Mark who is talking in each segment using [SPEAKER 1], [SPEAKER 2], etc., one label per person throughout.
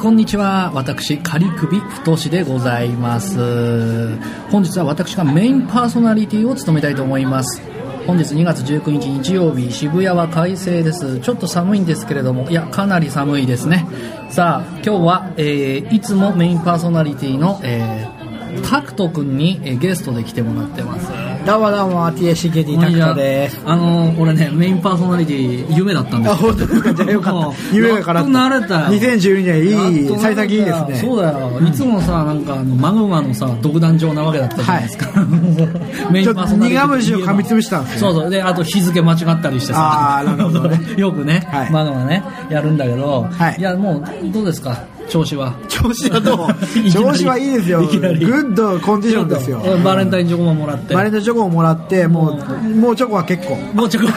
[SPEAKER 1] こんにちは私仮首太しでございます本日は私がメインパーソナリティを務めたいと思います本日2月19日日曜日渋谷は快晴ですちょっと寒いんですけれどもいやかなり寒いですねさあ今日は、えーいつもメインパーソナリティの、えー、タクト君に、えーゲストで来てもらってます
[SPEAKER 2] どうもどうも TACKD タクトです
[SPEAKER 1] あのー俺ねメインパーソナリティ夢だったんです
[SPEAKER 2] あ本当ですかじゃあよか
[SPEAKER 1] も
[SPEAKER 2] っ
[SPEAKER 1] う
[SPEAKER 2] た夢が叶った
[SPEAKER 1] やっと慣れたよ
[SPEAKER 2] 2012年い
[SPEAKER 1] やっ
[SPEAKER 2] い
[SPEAKER 1] と
[SPEAKER 2] 幸先いいですね
[SPEAKER 1] そうだよ、いつもさなんかあのマグマのさ独壇場なわけだったじゃないですか、メインパーソナリティ
[SPEAKER 2] ちょっと苦虫を噛みつぶしたんですよ
[SPEAKER 1] そうそうであと日付間違ったりしてさ
[SPEAKER 2] あーなるほどね
[SPEAKER 1] よくね、
[SPEAKER 2] はい
[SPEAKER 1] マグマねやるんだけど、
[SPEAKER 2] はい
[SPEAKER 1] やもうどうですか調子は
[SPEAKER 2] 調子はど
[SPEAKER 1] いうきなり
[SPEAKER 2] 調子はいいですよ
[SPEAKER 1] いき
[SPEAKER 2] グ
[SPEAKER 1] なり
[SPEAKER 2] ッドコンディションですよ
[SPEAKER 1] ちょっとバレンタインチョコももらって
[SPEAKER 2] バレンタインチョコをもらってもうもうチョコは結構
[SPEAKER 1] もうちょっと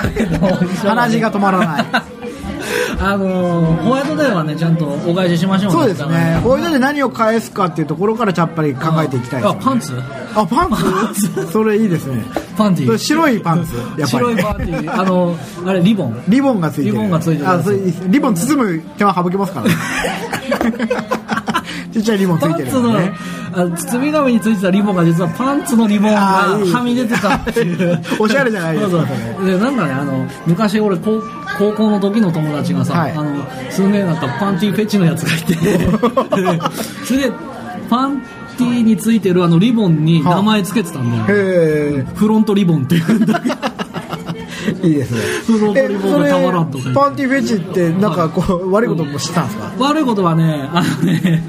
[SPEAKER 2] 鼻血が止まらない
[SPEAKER 1] あのーホワイトデーはねちゃんとお返ししましょう
[SPEAKER 2] そうですねこういうので何を返すかっていうところからやっぱり考えていきたいです
[SPEAKER 1] あパンツ
[SPEAKER 2] あパンツそれいいですね
[SPEAKER 1] パンティ
[SPEAKER 2] それ白いパンツやっぱり
[SPEAKER 1] 白いパンティーあのあれリボン
[SPEAKER 2] リボンがついてる
[SPEAKER 1] リボンがついてる
[SPEAKER 2] あそうリボン包む手間省けますから ねちっちゃいリボンつ
[SPEAKER 1] パ
[SPEAKER 2] い
[SPEAKER 1] ン
[SPEAKER 2] てる
[SPEAKER 1] ツの、
[SPEAKER 2] からね
[SPEAKER 1] あの包み紙についてたリボンが実はパンツのリボンが
[SPEAKER 2] あーいい
[SPEAKER 1] はみ出てたっていう
[SPEAKER 2] おしゃれじゃないですか
[SPEAKER 1] そうそうでなんかねあの昔俺高高校の時の友達がさ、
[SPEAKER 2] はい
[SPEAKER 1] あのすげえなんかパンティーフェチのやつが いてそれでパンティーについてるあのリボンに名前つけてたんだよ
[SPEAKER 2] へ
[SPEAKER 1] フロントリボンっていうんだけど
[SPEAKER 2] えい いですね
[SPEAKER 1] フロントリボンがたまらんとか言
[SPEAKER 2] えそ
[SPEAKER 1] って
[SPEAKER 2] れパンティフェチってなんかこう悪いこともしたんですか
[SPEAKER 1] 悪いことはねあのね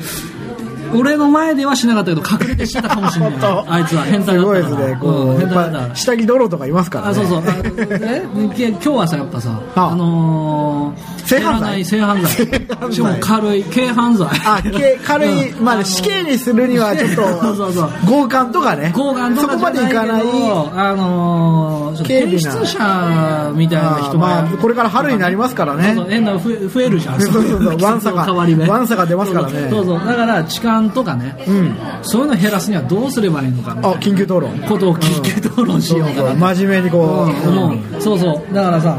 [SPEAKER 1] 俺の前ではしなかったけど隠れてしてたかもしれない
[SPEAKER 2] 本当
[SPEAKER 1] あいつは変態だ
[SPEAKER 2] す
[SPEAKER 1] っ
[SPEAKER 2] ごい
[SPEAKER 1] た
[SPEAKER 2] で
[SPEAKER 1] か
[SPEAKER 2] すね
[SPEAKER 1] ら
[SPEAKER 2] こ
[SPEAKER 1] うん
[SPEAKER 2] う
[SPEAKER 1] 変態だ
[SPEAKER 2] や
[SPEAKER 1] っ
[SPEAKER 2] った
[SPEAKER 1] から
[SPEAKER 2] ぱ下着泥とかいますからね
[SPEAKER 1] あそうそうあえけ今日はさやっぱさ
[SPEAKER 2] ああ
[SPEAKER 1] あのー
[SPEAKER 2] 性犯罪
[SPEAKER 1] 知らない性
[SPEAKER 2] 性
[SPEAKER 1] 犯罪
[SPEAKER 2] 犯罪
[SPEAKER 1] しかも軽い軽犯罪
[SPEAKER 2] あけ軽い、
[SPEAKER 1] うん
[SPEAKER 2] まあね
[SPEAKER 1] の
[SPEAKER 2] 死刑にするにはちょっ
[SPEAKER 1] そうそうそう
[SPEAKER 2] と強姦とかね
[SPEAKER 1] 強姦と
[SPEAKER 2] そ
[SPEAKER 1] か
[SPEAKER 2] こ
[SPEAKER 1] じゃ
[SPEAKER 2] までいかない
[SPEAKER 1] けどあのーちょっと
[SPEAKER 2] 軽微
[SPEAKER 1] 提
[SPEAKER 2] な
[SPEAKER 1] 出者みたいな
[SPEAKER 2] あー
[SPEAKER 1] 人
[SPEAKER 2] ま
[SPEAKER 1] が
[SPEAKER 2] あこれから春になりますからね
[SPEAKER 1] そうそう変な増え増えるじゃん
[SPEAKER 2] そうそうそう
[SPEAKER 1] いの
[SPEAKER 2] ワンサが
[SPEAKER 1] 変わり目
[SPEAKER 2] ワンサが出ますからね
[SPEAKER 1] そうそうそうだから痴漢とかね
[SPEAKER 2] うん
[SPEAKER 1] そういうのを減らすにはどうすればいいのかみた
[SPEAKER 2] あ
[SPEAKER 1] い
[SPEAKER 2] 緊急討論
[SPEAKER 1] なことを聞急討論し
[SPEAKER 2] そう
[SPEAKER 1] よう
[SPEAKER 2] そう
[SPEAKER 1] かな
[SPEAKER 2] 真面目にこう、
[SPEAKER 1] うんうんそうそうだからさ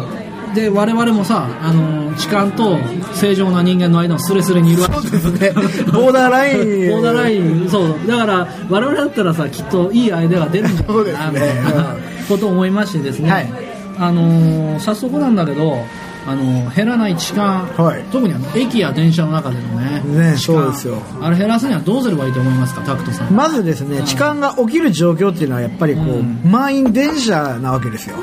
[SPEAKER 1] で我々もさ、あのー痴漢と正常な人間の間のスレスレにいるわけ
[SPEAKER 2] そうですね ボーダーライン
[SPEAKER 1] ボーダーラインそうだから我々だったらさきっといいアイデアが出るんじゃないかな
[SPEAKER 2] そう
[SPEAKER 1] み
[SPEAKER 2] です
[SPEAKER 1] た
[SPEAKER 2] ね
[SPEAKER 1] いなことを思いましてですね、
[SPEAKER 2] はい
[SPEAKER 1] あのー早速なんだけど、あのー減らない痴漢、
[SPEAKER 2] はい
[SPEAKER 1] 特にあの駅や電車の中でのね
[SPEAKER 2] ね
[SPEAKER 1] 痴漢
[SPEAKER 2] そうですよ
[SPEAKER 1] あれ減らすにはどうすればいいと思いますかタクトさん
[SPEAKER 2] まずですね痴漢が起きる状況っていうのはやっぱりこう、
[SPEAKER 1] うん
[SPEAKER 2] 満員電車なわけですよ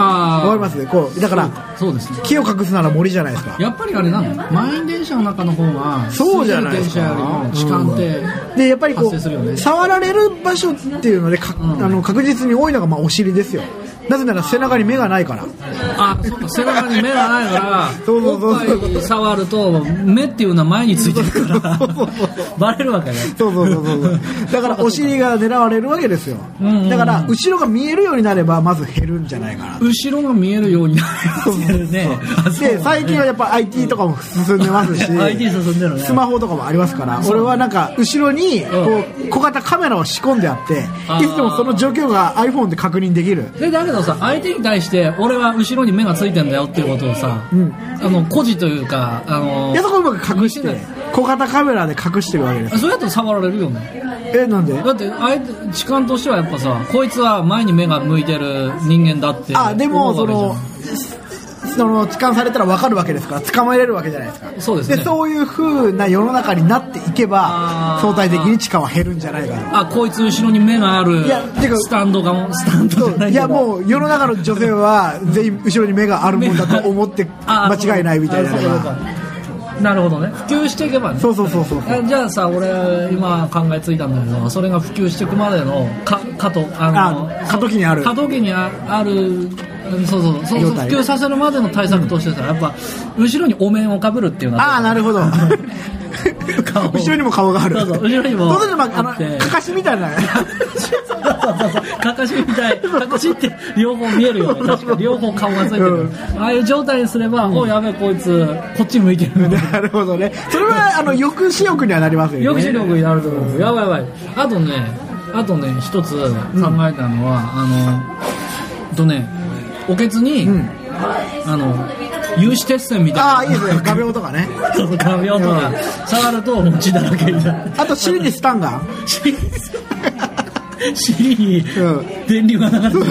[SPEAKER 1] あー
[SPEAKER 2] わかりますこうだから
[SPEAKER 1] そうですね
[SPEAKER 2] 木を隠すなら森じゃないですか
[SPEAKER 1] やっぱりあれなんだよ満員電車の中の方が
[SPEAKER 2] そうじゃないですか
[SPEAKER 1] 空いてる電車よりも痴漢って、
[SPEAKER 2] でやっぱりこ
[SPEAKER 1] 発生するよね
[SPEAKER 2] う触られる場所っていうのでか、
[SPEAKER 1] ん
[SPEAKER 2] あの確実に多いのがまあお尻ですよなぜなら背中に目がないから
[SPEAKER 1] あそうか背中に目がないから
[SPEAKER 2] そうそうそうそう
[SPEAKER 1] おっぱい触ると目っていうのは前についてるから
[SPEAKER 2] そうそうそう
[SPEAKER 1] バレるわけね
[SPEAKER 2] そうそうそうそうそう だからお尻が狙われるわけですよ
[SPEAKER 1] うんうんうん
[SPEAKER 2] だから後ろが見えるようになればまず減るんじゃないかな
[SPEAKER 1] 後ろが見えるようになってるねあそう
[SPEAKER 2] で最近はやっぱ IT とかも進んでま すし
[SPEAKER 1] IT 進んでるね
[SPEAKER 2] スマホとかもありますから
[SPEAKER 1] そう
[SPEAKER 2] 俺はなんか後ろにこ
[SPEAKER 1] う
[SPEAKER 2] う小型カメラを仕込んであって
[SPEAKER 1] あー
[SPEAKER 2] いつでもその状況が iPhone で確認できる
[SPEAKER 1] でだけどさ相手に対して俺は後ろに目がついてんだよっていうことをさ、
[SPEAKER 2] うん
[SPEAKER 1] あの孤児というかあの
[SPEAKER 2] いやそこうまく隠して
[SPEAKER 1] 見せ
[SPEAKER 2] 小型カメラで隠してるわけです
[SPEAKER 1] それだと触られるよね
[SPEAKER 2] えなんで
[SPEAKER 1] だってあえて痴漢としてはやっぱさこいつは前に目が向いてる人間だって
[SPEAKER 2] あでも
[SPEAKER 1] 思
[SPEAKER 2] そう
[SPEAKER 1] わ
[SPEAKER 2] の
[SPEAKER 1] け
[SPEAKER 2] その痴漢されたら分かるわけですから捕まえれるわけじゃないですか
[SPEAKER 1] そうですね
[SPEAKER 2] そういう風な世の中になっていけ
[SPEAKER 1] あ
[SPEAKER 2] ば
[SPEAKER 1] ー
[SPEAKER 2] 相対的に痴漢は減るんじゃないか
[SPEAKER 1] じゃんあこいつ後ろに目がある
[SPEAKER 2] いやてか
[SPEAKER 1] スタンドがもスタンドじゃ
[SPEAKER 2] と
[SPEAKER 1] ない
[SPEAKER 2] い
[SPEAKER 1] けど
[SPEAKER 2] やもう世の中の女性は全員後ろに目があるもんだと思って
[SPEAKER 1] あー
[SPEAKER 2] 間違いないみたいな
[SPEAKER 1] そう
[SPEAKER 2] の
[SPEAKER 1] そう
[SPEAKER 2] が
[SPEAKER 1] そうなるほどね普及していけばね
[SPEAKER 2] そうそうそうそうそう
[SPEAKER 1] あじゃあさ俺今考えついたんだけどそれが普及していくまでのかかとあの
[SPEAKER 2] あ過渡期にある
[SPEAKER 1] 過渡期にああるうんそうそうそうそう
[SPEAKER 2] 状
[SPEAKER 1] 普
[SPEAKER 2] 態
[SPEAKER 1] 及させるまでの対策としてさやっぱ後ろにお面をかぶるっていうのは
[SPEAKER 2] ああなるほど
[SPEAKER 1] 顔
[SPEAKER 2] 後ろにも顔がある
[SPEAKER 1] そうそう後ろにも
[SPEAKER 2] そうするとまああ
[SPEAKER 1] あって
[SPEAKER 2] のかかしみたいな
[SPEAKER 1] かかしみたいかかしって両方見えるよね確かに両方顔がついてる、
[SPEAKER 2] うん
[SPEAKER 1] ああいう状態にすれば、おいやべえこいつこっち向いてる
[SPEAKER 2] なるほど ねそれはあの抑止力にはなりますよね
[SPEAKER 1] 抑止力になると思うやばいやばいあとねあとね一つ考えたのは、あのえっとねおけつに、
[SPEAKER 2] うん
[SPEAKER 1] あの有刺鉄線みたいな
[SPEAKER 2] ああ、いいですね。画鋲とかね。
[SPEAKER 1] その画鋲と
[SPEAKER 2] う
[SPEAKER 1] か
[SPEAKER 2] ん
[SPEAKER 1] 触るともう血だらけに なる
[SPEAKER 2] あと、尻にスタンガン。
[SPEAKER 1] 尻尻に
[SPEAKER 2] うん
[SPEAKER 1] 電流が流れてる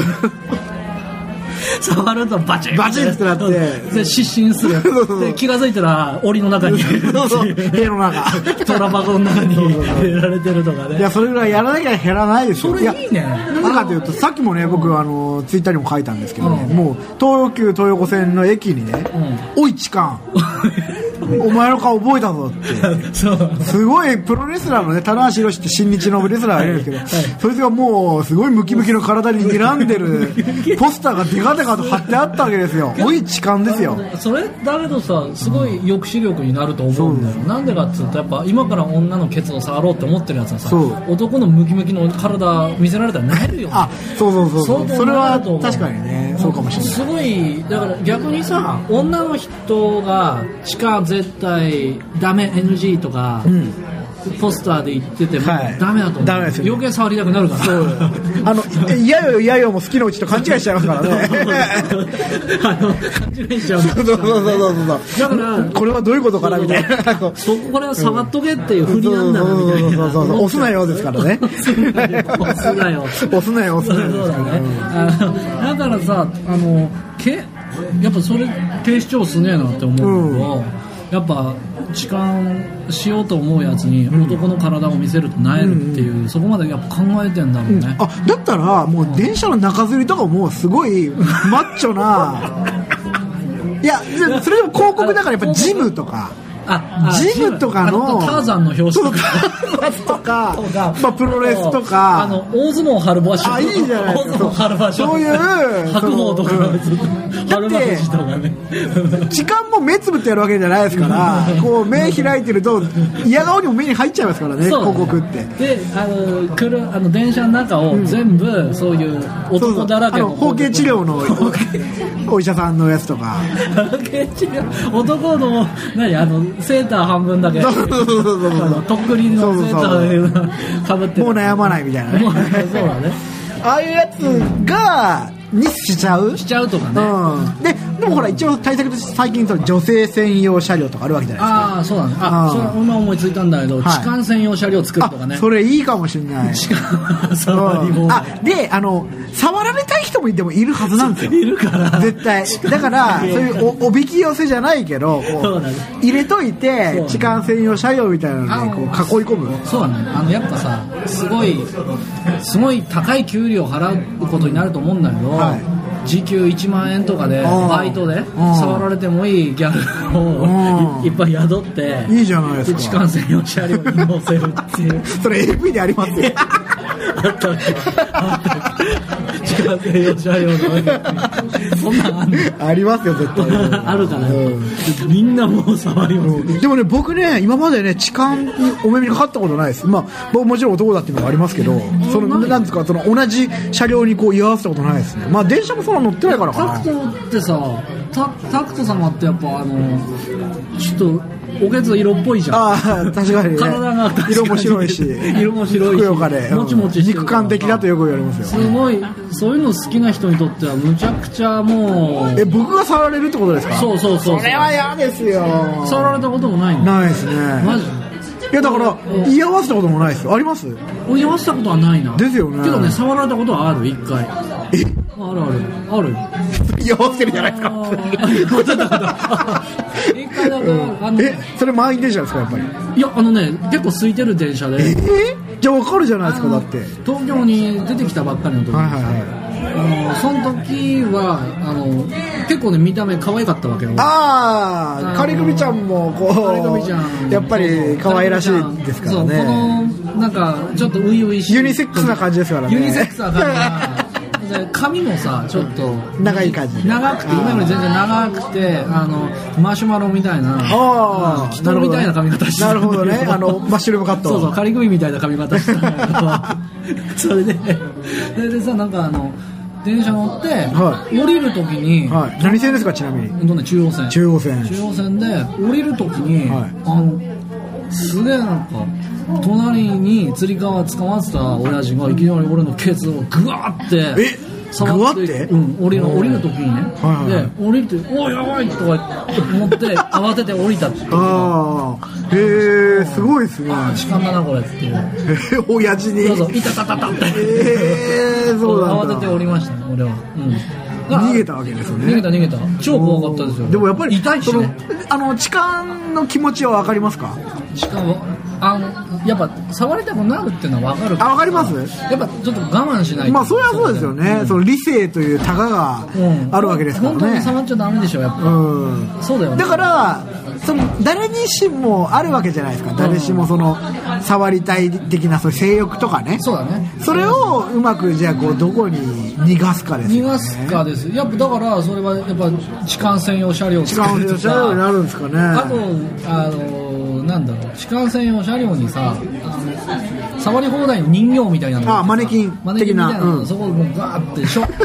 [SPEAKER 1] 触るとバチン
[SPEAKER 2] バチンってなって
[SPEAKER 1] で失神する
[SPEAKER 2] そうそうそう
[SPEAKER 1] で気が付いたら檻の中に
[SPEAKER 2] そう そう。部屋の 中。
[SPEAKER 1] 虎箱の中に入れられてるとか
[SPEAKER 2] い
[SPEAKER 1] ね
[SPEAKER 2] や、それぐらいやらなきゃ減らないですよ。
[SPEAKER 1] それいいね
[SPEAKER 2] やなんでかというと、さっきもね、僕、あの、ツイッターにも書いたんですけどね、
[SPEAKER 1] うん
[SPEAKER 2] もう、東洋急東横線の駅にね、おい、痴漢お前の顔覚えたぞって。
[SPEAKER 1] そう
[SPEAKER 2] すごいプロレスラーのね、棚橋宏って新日のレスラーがいるんですけど、そいつがもう、すごいムキムキの体に睨んで る、ポスターがデカデカと貼ってあったわけですよ。おい、痴漢ですよ。
[SPEAKER 1] それだけどさすごい抑止力になると思うんだよ、なんでかっつうとやっぱ今から女のケツを触ろうって思ってるやつはさ
[SPEAKER 2] そう
[SPEAKER 1] 男のムキムキの体見せられたらなるよね
[SPEAKER 2] あ、そうそうそう
[SPEAKER 1] そ
[SPEAKER 2] そうう。
[SPEAKER 1] だな
[SPEAKER 2] それは
[SPEAKER 1] と思う
[SPEAKER 2] 確かにね、そうかもしれない。
[SPEAKER 1] すごいだから逆にさ女の人が地下絶対ダメ NG とか、
[SPEAKER 2] うん
[SPEAKER 1] ポスターで言ってても、
[SPEAKER 2] はい
[SPEAKER 1] ダメだと思う
[SPEAKER 2] ダメですよね
[SPEAKER 1] 余計触りたくなるから
[SPEAKER 2] あの、え嫌よ嫌よも好きのうちと勘違いしちゃいますか らね。
[SPEAKER 1] あの勘違いしちゃう
[SPEAKER 2] そうそうそうそうそ
[SPEAKER 1] だ
[SPEAKER 2] う
[SPEAKER 1] から
[SPEAKER 2] これはどういうことかなみたいな。そう
[SPEAKER 1] そここれは触っとけっていう振り
[SPEAKER 2] そ
[SPEAKER 1] なん
[SPEAKER 2] う
[SPEAKER 1] だなみたいな
[SPEAKER 2] そうそうそう押すなよですからね。
[SPEAKER 1] 押すなよ
[SPEAKER 2] 押すなよ、押すな
[SPEAKER 1] そう
[SPEAKER 2] よです
[SPEAKER 1] だ
[SPEAKER 2] から
[SPEAKER 1] ね
[SPEAKER 2] ね。
[SPEAKER 1] あのだからさあのけやっぱそれ低視聴すねえなって思うけど、やっぱ痴漢しようと思うやつに男の体を見せるとなえるっていう、そこまでやっぱ考えてんだろうね、
[SPEAKER 2] あ、だったら、もう電車の中吊りとかもすごいマッチョな、いや、じゃあそれも広告だからやっぱジムとか。
[SPEAKER 1] ああ
[SPEAKER 2] ジムとかの
[SPEAKER 1] あターザンの表紙とか
[SPEAKER 2] そうターザンとか
[SPEAKER 1] とか
[SPEAKER 2] まあ、プロレスと
[SPEAKER 1] あ
[SPEAKER 2] か
[SPEAKER 1] の大相撲春場所
[SPEAKER 2] あいいじゃないですか
[SPEAKER 1] 大相撲春場所
[SPEAKER 2] そういう
[SPEAKER 1] 白鵬と
[SPEAKER 2] そ
[SPEAKER 1] か
[SPEAKER 2] のうん
[SPEAKER 1] 春馬富士とかね
[SPEAKER 2] 時間も目つぶってやるわけじゃないですからこう目開いてると嫌顔にも目に入っちゃいますからね
[SPEAKER 1] そう
[SPEAKER 2] 広告って。
[SPEAKER 1] であのくるあの電車の中を全部そういう
[SPEAKER 2] そうそ
[SPEAKER 1] 男
[SPEAKER 2] う
[SPEAKER 1] だらけ
[SPEAKER 2] あ
[SPEAKER 1] の
[SPEAKER 2] の包茎治療のお医者さんのやつとか
[SPEAKER 1] 包茎治療男の何あのセーター半分だけ
[SPEAKER 2] そうそうそうそうそう
[SPEAKER 1] あのとっくりのセーターかぶってる
[SPEAKER 2] もう悩まないみたいな
[SPEAKER 1] もう
[SPEAKER 2] ね
[SPEAKER 1] そうだね
[SPEAKER 2] ああいうやつがにしちゃう
[SPEAKER 1] しちゃうとかね、
[SPEAKER 2] うん、ででもほら一応対策として最近その女性専用車両とかあるわけじゃないですか
[SPEAKER 1] ああそうだねあ
[SPEAKER 2] あー
[SPEAKER 1] それ今思いついたんだけど、
[SPEAKER 2] はい
[SPEAKER 1] 痴漢専用車両作るとかね
[SPEAKER 2] あそれいいかもしれない
[SPEAKER 1] 痴漢触り
[SPEAKER 2] う
[SPEAKER 1] も
[SPEAKER 2] んあであの触られたい人もでもいるはずなんですよ
[SPEAKER 1] いる から
[SPEAKER 2] 絶対だからそういうおおびき寄せじゃないけどこ
[SPEAKER 1] そう
[SPEAKER 2] う
[SPEAKER 1] だね
[SPEAKER 2] 入れと
[SPEAKER 1] そ
[SPEAKER 2] い
[SPEAKER 1] う
[SPEAKER 2] て
[SPEAKER 1] ね
[SPEAKER 2] 痴漢専用車両みたいなのにこう囲い込む
[SPEAKER 1] そうだねあのやっぱさすごいすごい高い給料を払うことになると思うんだけど、
[SPEAKER 2] は
[SPEAKER 1] 時給1万円とかで
[SPEAKER 2] ん
[SPEAKER 1] バイトで
[SPEAKER 2] ん
[SPEAKER 1] 触られてもいいギャルを
[SPEAKER 2] うん
[SPEAKER 1] いいっぱい雇って
[SPEAKER 2] いいじゃないですか
[SPEAKER 1] 痴漢専用車両に乗せるっていう
[SPEAKER 2] それ AV でありま すよ
[SPEAKER 1] あったっけあったっけ痴漢専用車両のそんなんあんの
[SPEAKER 2] ありますよ絶対
[SPEAKER 1] あるから、
[SPEAKER 2] うん
[SPEAKER 1] みんなもう触ります、
[SPEAKER 2] でもね僕ね今までね痴漢にお目にかかったことないですまあ僕もちろん男だっていうのもありますけどそのなんですかその同じ車両にこう居合わせたことないですねまあ電車もそんな乗ってないからか
[SPEAKER 1] タ
[SPEAKER 2] な
[SPEAKER 1] クトってさタタクト様ってやっぱあのちょっとおけつ色っぽいじゃん
[SPEAKER 2] ああ確かにね
[SPEAKER 1] 体が確かに
[SPEAKER 2] 色も白いし
[SPEAKER 1] 色も白いし
[SPEAKER 2] ふくよかで、うん
[SPEAKER 1] もちもちしてる
[SPEAKER 2] 肉感的だとよく言われますよ
[SPEAKER 1] すごいそういうの好きな人にとってはむちゃくちゃもう
[SPEAKER 2] え僕が触られるってことですか
[SPEAKER 1] そうそうそうそう
[SPEAKER 2] それは嫌ですよ
[SPEAKER 1] 触られたこともないの
[SPEAKER 2] ないですね
[SPEAKER 1] マジ
[SPEAKER 2] いやだから
[SPEAKER 1] うん
[SPEAKER 2] 居合わせたこともないですよあります
[SPEAKER 1] 俺言わせたことはないな
[SPEAKER 2] ですよね
[SPEAKER 1] けどね触られたことはある一回あ
[SPEAKER 2] え
[SPEAKER 1] るあるある
[SPEAKER 2] 居合わせてるじゃないです
[SPEAKER 1] あー言わせたことある一回だけあの
[SPEAKER 2] えそれ満員電車ですかやっぱり
[SPEAKER 1] いやあのね結構空いてる電車で
[SPEAKER 2] えーじゃあ分かるじゃないですかだって
[SPEAKER 1] 東京に出てきたばっかりの時、
[SPEAKER 2] はいはいはい
[SPEAKER 1] あのその時はあの結構ね見た目可愛かったわけよ
[SPEAKER 2] あ
[SPEAKER 1] あ
[SPEAKER 2] あ
[SPEAKER 1] の
[SPEAKER 2] カリクミちゃんもこ
[SPEAKER 1] カリコミちゃん
[SPEAKER 2] うやっぱり可愛らしいですから
[SPEAKER 1] そうこ
[SPEAKER 2] ね
[SPEAKER 1] のなんかちょっと初々しい
[SPEAKER 2] ユニセックスな感じですからね
[SPEAKER 1] ユニセックスな感じがで髪もさちょっと
[SPEAKER 2] 長い感じで
[SPEAKER 1] 長くて今より全然長くてあのマシュマロみたいな
[SPEAKER 2] ああ
[SPEAKER 1] 人みたいな髪型して
[SPEAKER 2] なるほどね
[SPEAKER 1] んだけ
[SPEAKER 2] あのマッシュルームカット
[SPEAKER 1] そうそう仮組みたいな髪型してたんだけど それでそれでさなんかあの電車乗って、
[SPEAKER 2] は
[SPEAKER 1] 降りる時に、
[SPEAKER 2] はい何線ですかちなみに
[SPEAKER 1] どんな中央線
[SPEAKER 2] 中央線
[SPEAKER 1] 中央線で降りる時に、
[SPEAKER 2] はい
[SPEAKER 1] あのすげえなんか隣につり革捕まってた親父がいきなり俺のケツをグワーって
[SPEAKER 2] えぐわ
[SPEAKER 1] 触
[SPEAKER 2] っ
[SPEAKER 1] っててうん、降りる降りる時にね、
[SPEAKER 2] はいはい
[SPEAKER 1] で降りて「おいやばい!」とか思 って慌てて降りたっていう
[SPEAKER 2] ああへえすごいですね
[SPEAKER 1] あ痴漢だなこれっていう
[SPEAKER 2] え 親父に
[SPEAKER 1] そうそういたたたたって
[SPEAKER 2] ええそうなん
[SPEAKER 1] 慌
[SPEAKER 2] だ
[SPEAKER 1] てて降りましたね俺は、うん、
[SPEAKER 2] 逃げたわけですよね
[SPEAKER 1] 逃げた逃げた超怖かったですよ
[SPEAKER 2] でもやっぱり
[SPEAKER 1] 痛いし、
[SPEAKER 2] その
[SPEAKER 1] ね、
[SPEAKER 2] あの痴漢の気持ちは分かりますか
[SPEAKER 1] しかもあのやっぱ触りたくなるっていうのは分かる
[SPEAKER 2] あ分かります
[SPEAKER 1] やっぱちょっと我慢しないと
[SPEAKER 2] まあそれはそうですよね、その理性というタガが
[SPEAKER 1] うん
[SPEAKER 2] あるわけですから
[SPEAKER 1] 本当に
[SPEAKER 2] ね
[SPEAKER 1] 触っちゃダメでしょやっぱ、
[SPEAKER 2] うん
[SPEAKER 1] そうだよね
[SPEAKER 2] だからその誰にしもあるわけじゃないですか誰しもその触りたい的なそういう性欲とかね
[SPEAKER 1] そうだね
[SPEAKER 2] それをうまくじゃあこうどこに逃がすかです
[SPEAKER 1] 逃
[SPEAKER 2] よね
[SPEAKER 1] がすかですやっぱだからそれはやっぱ痴漢専用車両を
[SPEAKER 2] 痴漢
[SPEAKER 1] 作る
[SPEAKER 2] の
[SPEAKER 1] と
[SPEAKER 2] 車両にな
[SPEAKER 1] か
[SPEAKER 2] るんですかね
[SPEAKER 1] あとあのなんだろう痴漢専用車両にさあの触り放題の人形みたいなの
[SPEAKER 2] あマネキン
[SPEAKER 1] マネキンみたいな
[SPEAKER 2] 的な
[SPEAKER 1] の、
[SPEAKER 2] うん
[SPEAKER 1] そこをもうガーってしょ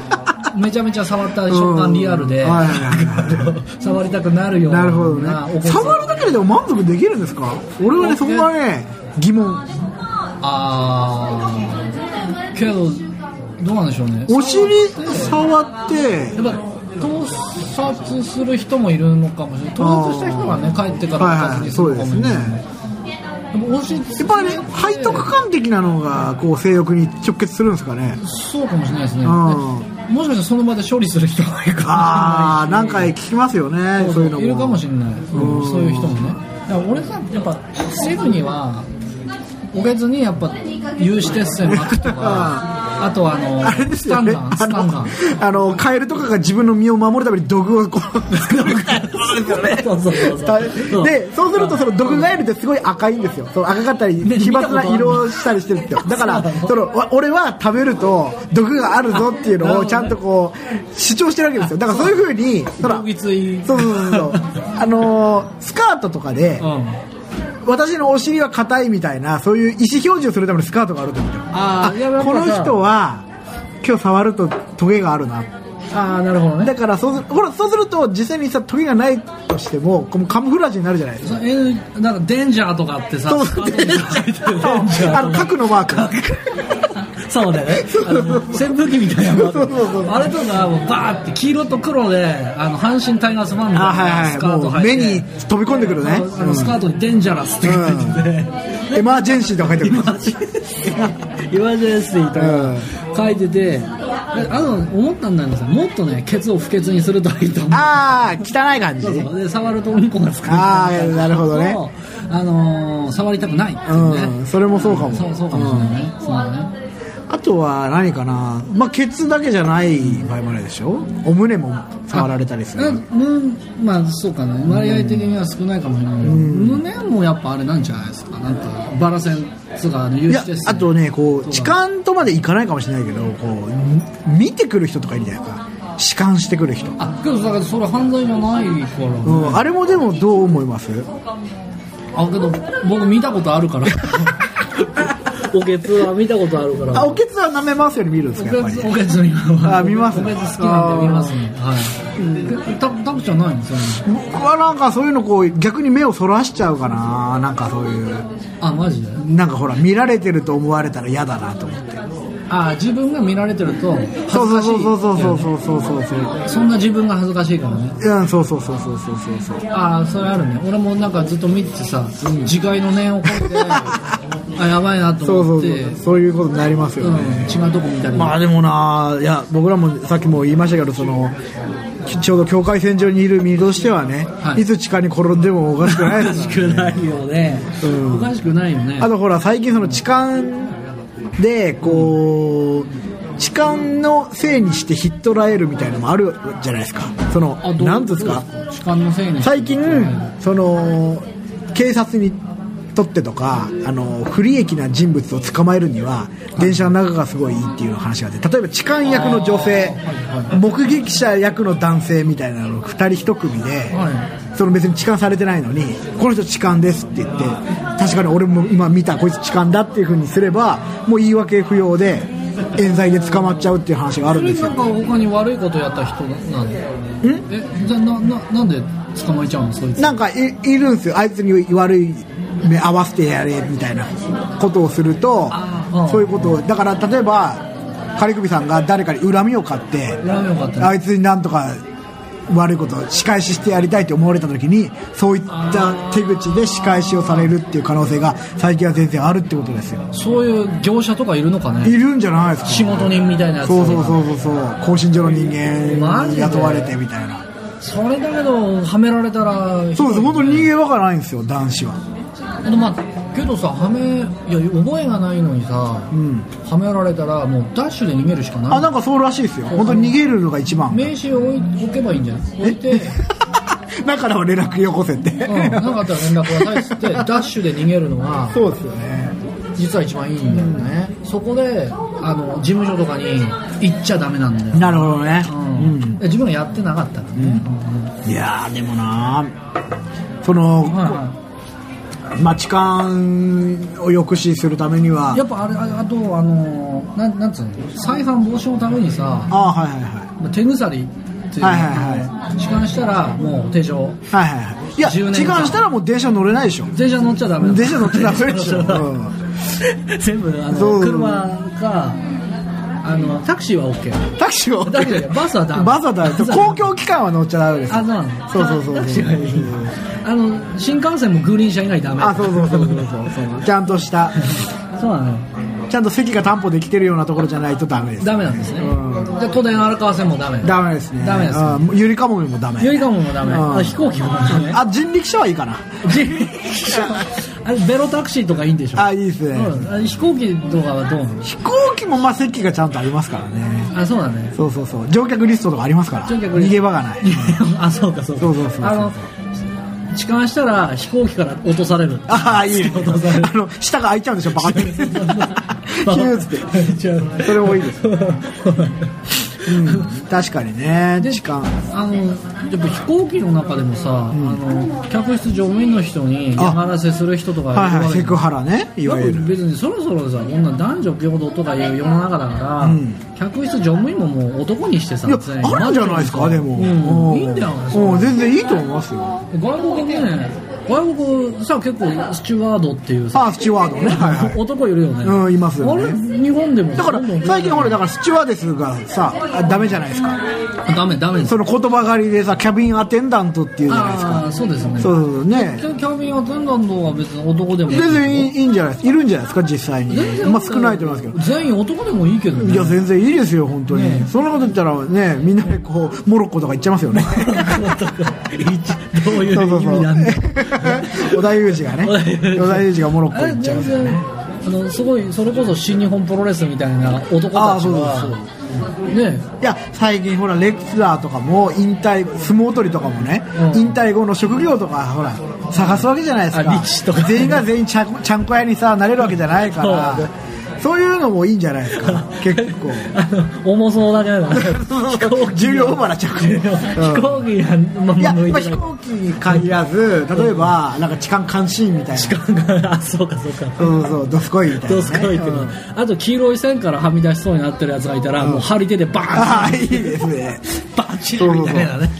[SPEAKER 1] めちゃめちゃ触った瞬間リアルで、
[SPEAKER 2] うんはいはいは
[SPEAKER 1] 触りたくなるような
[SPEAKER 2] なるほどね
[SPEAKER 1] お子さん
[SPEAKER 2] 触るだけでも満足できるんですか俺はねそこがね疑問
[SPEAKER 1] あーけどどうなんでしょうね
[SPEAKER 2] お尻触って
[SPEAKER 1] やっぱ盗撮する人もいるのかもしれない盗撮した人がね帰ってから盗撮
[SPEAKER 2] はいはい
[SPEAKER 1] にす
[SPEAKER 2] そ
[SPEAKER 1] る
[SPEAKER 2] う
[SPEAKER 1] か
[SPEAKER 2] で
[SPEAKER 1] も
[SPEAKER 2] す
[SPEAKER 1] しれ
[SPEAKER 2] ね
[SPEAKER 1] ないでもお尻
[SPEAKER 2] やっぱりね背徳感的なのがこう性欲に直結するんですかね
[SPEAKER 1] そうかもしれないですね
[SPEAKER 2] ん
[SPEAKER 1] もしかしたらその場で処理する人がいる
[SPEAKER 2] あ
[SPEAKER 1] か
[SPEAKER 2] あ
[SPEAKER 1] もしれない
[SPEAKER 2] 何回聞きますよね
[SPEAKER 1] そう
[SPEAKER 2] そ
[SPEAKER 1] そうう
[SPEAKER 2] いうのも
[SPEAKER 1] いるかもしれない、うん
[SPEAKER 2] うん
[SPEAKER 1] そういう人もねだから俺さやっぱセブにはおけずにやっぱ有刺鉄線巻くとかあとはあの
[SPEAKER 2] あれ です
[SPEAKER 1] スタ
[SPEAKER 2] よ
[SPEAKER 1] ン
[SPEAKER 2] ね
[SPEAKER 1] ガンスタ
[SPEAKER 2] あ
[SPEAKER 1] ンガン
[SPEAKER 2] のあのカエルとかが自分の身を守るために毒をこ う作る
[SPEAKER 1] そうそうそうそう
[SPEAKER 2] はいでそうするとその毒ガエルってすごい赤いんですよその赤かったり
[SPEAKER 1] ね
[SPEAKER 2] 奇抜な
[SPEAKER 1] 見たことある
[SPEAKER 2] 色をしたりしてるんですよだか
[SPEAKER 1] そうな
[SPEAKER 2] ら
[SPEAKER 1] の
[SPEAKER 2] そのわ俺は食べると毒があるぞっていうのをちゃんとこう主張してるわけですよだからそういうふうにそら
[SPEAKER 1] 動きつい
[SPEAKER 2] そうそうそうそうあのースカートとかで
[SPEAKER 1] うん
[SPEAKER 2] 私のお尻は硬いみたいなそういう意思表示をするためのスカートがあると思って
[SPEAKER 1] あーいややっぱさ
[SPEAKER 2] この人は今日触るとトゲがあるな
[SPEAKER 1] ああなるほどね
[SPEAKER 2] だからそうするほらそうすると実際にさトゲがないとしてもこのカムフラージュになるじゃないですか
[SPEAKER 1] そうえーなんかデンジャーとかあってさ、
[SPEAKER 2] そう
[SPEAKER 1] スカートに書いてるデンジャ
[SPEAKER 2] あ
[SPEAKER 1] ー
[SPEAKER 2] の
[SPEAKER 1] とか
[SPEAKER 2] 核のマーク
[SPEAKER 1] そうだよね。あの扇風機みたいなの
[SPEAKER 2] そうそうそう
[SPEAKER 1] あれとかもうバーって黄色と黒で、あの阪神タイガースファンみた
[SPEAKER 2] あ
[SPEAKER 1] いな
[SPEAKER 2] はい
[SPEAKER 1] ス
[SPEAKER 2] は
[SPEAKER 1] カ
[SPEAKER 2] い
[SPEAKER 1] ー
[SPEAKER 2] も
[SPEAKER 1] ト
[SPEAKER 2] う
[SPEAKER 1] 履いて
[SPEAKER 2] 目に飛び込んでくるね
[SPEAKER 1] あのあのスカートにデンジャラスって書いてて。
[SPEAKER 2] うんエマージェンシーとか書いてある
[SPEAKER 1] 言わずですとか書いてて、あの思ったんだけどさ、もっとねケツを不潔にするといいと思う。
[SPEAKER 2] ああ汚い感じ
[SPEAKER 1] そうそうで触るとうんこがつく
[SPEAKER 2] あーなるほどね
[SPEAKER 1] あのー触りたくないっていうね、
[SPEAKER 2] うんそれもそうかも
[SPEAKER 1] そうそうかもしれないね、そうだね
[SPEAKER 2] あとは何かなまあケツだけじゃない場合もあるでしょお胸も触られたりする
[SPEAKER 1] うんうんまあそうかな割合的には少ないかもしれないけど、胸もやっぱあれなんじゃないですかなんかバラ線とかあの有
[SPEAKER 2] い
[SPEAKER 1] 刺
[SPEAKER 2] や
[SPEAKER 1] 鉄線
[SPEAKER 2] あとねこ
[SPEAKER 1] そうう
[SPEAKER 2] 痴漢とまでいかないかもしれないけどこうみ見てくる人とかいるじゃないですか痴漢してくる人
[SPEAKER 1] あけどだからそれ犯罪じゃないから、ね
[SPEAKER 2] うん、あれもでもどう思います
[SPEAKER 1] あけど僕見たことあるから おけつは見たことあるか
[SPEAKER 2] あ
[SPEAKER 1] ら
[SPEAKER 2] おけつは舐めますように見るんです
[SPEAKER 1] お
[SPEAKER 2] かやっぱ
[SPEAKER 1] け
[SPEAKER 2] り
[SPEAKER 1] つおけつ見ます
[SPEAKER 2] あ見ます
[SPEAKER 1] おけつ好きなんで見ますねはいたたくちゃんないのそういうの
[SPEAKER 2] 僕はなんかそういうのこう逆に目をそらしちゃうかななんかそういう
[SPEAKER 1] あマジで
[SPEAKER 2] なんかほら見られてると思われたら嫌だなと思って
[SPEAKER 1] あ自分が見られてると恥ずかしい
[SPEAKER 2] そうそうそうそうそうそうそうそうそう
[SPEAKER 1] そんな自分が恥ずかしいからね
[SPEAKER 2] うんそうそうそうそうそうそうそう
[SPEAKER 1] ああそれあるね俺もなんかずっと見ててさ自戒の念を込め てあやばいなと
[SPEAKER 2] そうそ
[SPEAKER 1] 思
[SPEAKER 2] う
[SPEAKER 1] って
[SPEAKER 2] そうそういうことになりますよ
[SPEAKER 1] うん
[SPEAKER 2] ね、
[SPEAKER 1] 違うとこ見たり、
[SPEAKER 2] まあでもないや僕らもさっきも言いましたけどそのきちょうど境界線上にいる身としてはね、、
[SPEAKER 1] はいい
[SPEAKER 2] つ地下に転んでもおかしくない
[SPEAKER 1] お
[SPEAKER 2] で
[SPEAKER 1] か
[SPEAKER 2] す
[SPEAKER 1] し
[SPEAKER 2] よ
[SPEAKER 1] くないよね、
[SPEAKER 2] うん
[SPEAKER 1] おかしくないよね
[SPEAKER 2] あとほら最近その痴漢でこう痴漢のせいにしてヒットらえるみたいなのもあるじゃないですかその
[SPEAKER 1] あどう
[SPEAKER 2] なんつうんですか
[SPEAKER 1] どうです痴漢のせいに
[SPEAKER 2] 最近その警察にとってとかあの不利益な人物を捕まえるには電車の中がすごいいいっていう話があって例えば痴漢役の女性目撃者役の男性みたいなの2人1組で
[SPEAKER 1] は
[SPEAKER 2] その別に痴漢されてないのにこの人痴漢ですって言って確かに俺も今見たこいつ痴漢だっていうふうにすればもう言い訳不要で冤罪で捕まっちゃうっていう話があ
[SPEAKER 1] そ
[SPEAKER 2] るん
[SPEAKER 1] れ
[SPEAKER 2] です
[SPEAKER 1] な
[SPEAKER 2] よ
[SPEAKER 1] んか他に悪いことやった人なんでえじゃあなななんで捕まえちゃうのそいつ
[SPEAKER 2] なんかいいるんですよあいつに悪い目合わせてやれみたいなことをすると
[SPEAKER 1] あーうん
[SPEAKER 2] そういうことをだから例えば仮首さんが誰かに恨みを買って
[SPEAKER 1] 恨みを買ってね
[SPEAKER 2] あいつになんとか悪いことを仕返ししてやりたいと思われた時にそういった手口で仕返しをされるっていう可能性が最近は全然あるってことですよ
[SPEAKER 1] そういう業者とかいるのか
[SPEAKER 2] い
[SPEAKER 1] ね
[SPEAKER 2] るんじゃないですか
[SPEAKER 1] 仕事人みたいなやつ
[SPEAKER 2] そうそうそうそうそう更新所の人間
[SPEAKER 1] マジ
[SPEAKER 2] に
[SPEAKER 1] で
[SPEAKER 2] 雇われてみたいな
[SPEAKER 1] それだけどはめられたら
[SPEAKER 2] そうです本当に人間わからないんですよ男子は
[SPEAKER 1] あとまあけどさはめいや覚えがないのにさ、
[SPEAKER 2] ん
[SPEAKER 1] はめられたらもうダッシュで逃げるしかない
[SPEAKER 2] あなんかそうらしいですよ本当に逃げるのが一番
[SPEAKER 1] 名刺を置い置けばいいんじゃない置いて、
[SPEAKER 2] だから連絡よこせって、
[SPEAKER 1] うん、なかったら連絡くださいっつってダッシュで逃げるのが
[SPEAKER 2] そうですよね
[SPEAKER 1] 実は一番いいんだよね、そこであの事務所とかに行っちゃダメなんだよ
[SPEAKER 2] なるほどね、
[SPEAKER 1] うんで自分がやってなかったからね、うん
[SPEAKER 2] いやーでもなその、
[SPEAKER 1] は
[SPEAKER 2] まあ、痴漢を抑止するためにはい
[SPEAKER 1] やっぱあれああとあのなんなんつうの再犯防止のためにさ
[SPEAKER 2] ああはいはいは
[SPEAKER 1] 手ぐさりっていうの
[SPEAKER 2] はいはいは
[SPEAKER 1] 痴漢したらもう手錠
[SPEAKER 2] いはいはいはいいや
[SPEAKER 1] 10年間
[SPEAKER 2] 痴漢したらもう電車乗れないでしょ
[SPEAKER 1] 電車乗っちゃダメなの
[SPEAKER 2] 電車乗ってダメでしょ、 うん
[SPEAKER 1] 全部あ
[SPEAKER 2] そ
[SPEAKER 1] の
[SPEAKER 2] う
[SPEAKER 1] 車かあのタクシーは OK
[SPEAKER 2] タクシーを
[SPEAKER 1] だけどバスはダメ
[SPEAKER 2] バスはダメ公共機関は乗っちゃダメです
[SPEAKER 1] あそうなの
[SPEAKER 2] そうそうそう
[SPEAKER 1] タクシーはいいあの新幹線もグリーン車以外ダメ
[SPEAKER 2] あそうそうそうそうそうちゃんとした
[SPEAKER 1] そうなのよ
[SPEAKER 2] ちゃんと席が担保できてるようなところじゃないとダメです
[SPEAKER 1] ダメなんですね
[SPEAKER 2] う
[SPEAKER 1] で都電荒川線もダメ
[SPEAKER 2] ダメですね
[SPEAKER 1] ダメです
[SPEAKER 2] あーゆりかもめもダメ
[SPEAKER 1] ゆりかももダメ
[SPEAKER 2] うん
[SPEAKER 1] あ飛行機もダメ
[SPEAKER 2] あ人力車はいいかな
[SPEAKER 1] 人力車あれベロタクシーとかいいんでしょ
[SPEAKER 2] あいいですね
[SPEAKER 1] うんあ飛行機とかはどうなの
[SPEAKER 2] 飛行機もまあ席がちゃんとありますからね
[SPEAKER 1] あそうだね
[SPEAKER 2] そうそうそう乗客リストとかありますから
[SPEAKER 1] 乗客リスト
[SPEAKER 2] 逃げ場がない
[SPEAKER 1] あそうかそうか
[SPEAKER 2] そうそうそうそう
[SPEAKER 1] あの痴漢したら飛行機から落とされる
[SPEAKER 2] ああいいね
[SPEAKER 1] 落とされる
[SPEAKER 2] あの下が開いちゃうんでしょバカって ヒューっつって
[SPEAKER 1] て
[SPEAKER 2] それもいいですうん確かにね時間
[SPEAKER 1] あのやっぱ飛行機の中でもさ、あの客室乗務員の人に嫌がらせする人とかいる
[SPEAKER 2] はいはい
[SPEAKER 1] わけ
[SPEAKER 2] セクハラねいわゆる
[SPEAKER 1] 別にそろそろさこんな男女平等とかいう世の中だから、
[SPEAKER 2] ん
[SPEAKER 1] 客室乗務員ももう男にしてさ
[SPEAKER 2] いや
[SPEAKER 1] 常に
[SPEAKER 2] あるんじゃないですかで
[SPEAKER 1] うん
[SPEAKER 2] も、う
[SPEAKER 1] いいんだよね
[SPEAKER 2] うん全然いいと思いますよ
[SPEAKER 1] 外国ね外国さ結構スチュワードっていうさ
[SPEAKER 2] あスチュワードねはいはい
[SPEAKER 1] 男いるよね
[SPEAKER 2] うんいますよね
[SPEAKER 1] あれ日本でも
[SPEAKER 2] だから
[SPEAKER 1] どんどん
[SPEAKER 2] 最近ほらだからスチュワーデスがさあダメじゃないですか
[SPEAKER 1] あダメダメです
[SPEAKER 2] その言葉狩りでさキャビンアテンダントっていうじゃないです
[SPEAKER 1] あ
[SPEAKER 2] か
[SPEAKER 1] あそうですね
[SPEAKER 2] そうそうそうね
[SPEAKER 1] キャビンアテンダントは別に男でもいい
[SPEAKER 2] 全然いいいいんじゃないですいるんじゃないですか実際に
[SPEAKER 1] 全然
[SPEAKER 2] まあ少ないと思いますけど
[SPEAKER 1] 全員男でもいいけどね
[SPEAKER 2] いや 全然いいですよ本当に、
[SPEAKER 1] ね
[SPEAKER 2] そんなこと言ったらねみんなでこうモロッコとか行っちゃいます よね
[SPEAKER 1] どういう意
[SPEAKER 2] そうそうそう
[SPEAKER 1] 味なんだ
[SPEAKER 2] 織田裕二がね織田裕二がモロッコ
[SPEAKER 1] あれ
[SPEAKER 2] 行っちゃう
[SPEAKER 1] 全然あのすごいそれこそ新日本プロレスみたいな男たち
[SPEAKER 2] あーそう
[SPEAKER 1] はね
[SPEAKER 2] いや最近ほらレクスラーとかも引退相撲取りとかもね、
[SPEAKER 1] うん
[SPEAKER 2] 引退後の職業とかほら探すわけじゃないですか
[SPEAKER 1] あ力士とか
[SPEAKER 2] 全員が全員ちゃんちゃんこ屋にさなれるわけじゃないから
[SPEAKER 1] そう
[SPEAKER 2] そういうのもいいんじゃないです か結構
[SPEAKER 1] あの重そうだけ どね飛行機
[SPEAKER 2] 重量オーバーな着
[SPEAKER 1] 飛行機がまあ
[SPEAKER 2] いや、
[SPEAKER 1] 向い
[SPEAKER 2] まあ、
[SPEAKER 1] て
[SPEAKER 2] 飛
[SPEAKER 1] ない
[SPEAKER 2] 行機に限らず例えばなんか痴漢監視員みたいな
[SPEAKER 1] 時間があそうかそうか
[SPEAKER 2] そうそうどすこいみたいな、ね、
[SPEAKER 1] どうすかいって
[SPEAKER 2] うん
[SPEAKER 1] あと黄色い線からはみ出しそうになってるやつがいたらもう張り手でバ
[SPEAKER 2] あ
[SPEAKER 1] ー
[SPEAKER 2] あいい
[SPEAKER 1] ン
[SPEAKER 2] ですね
[SPEAKER 1] バチンみたいなね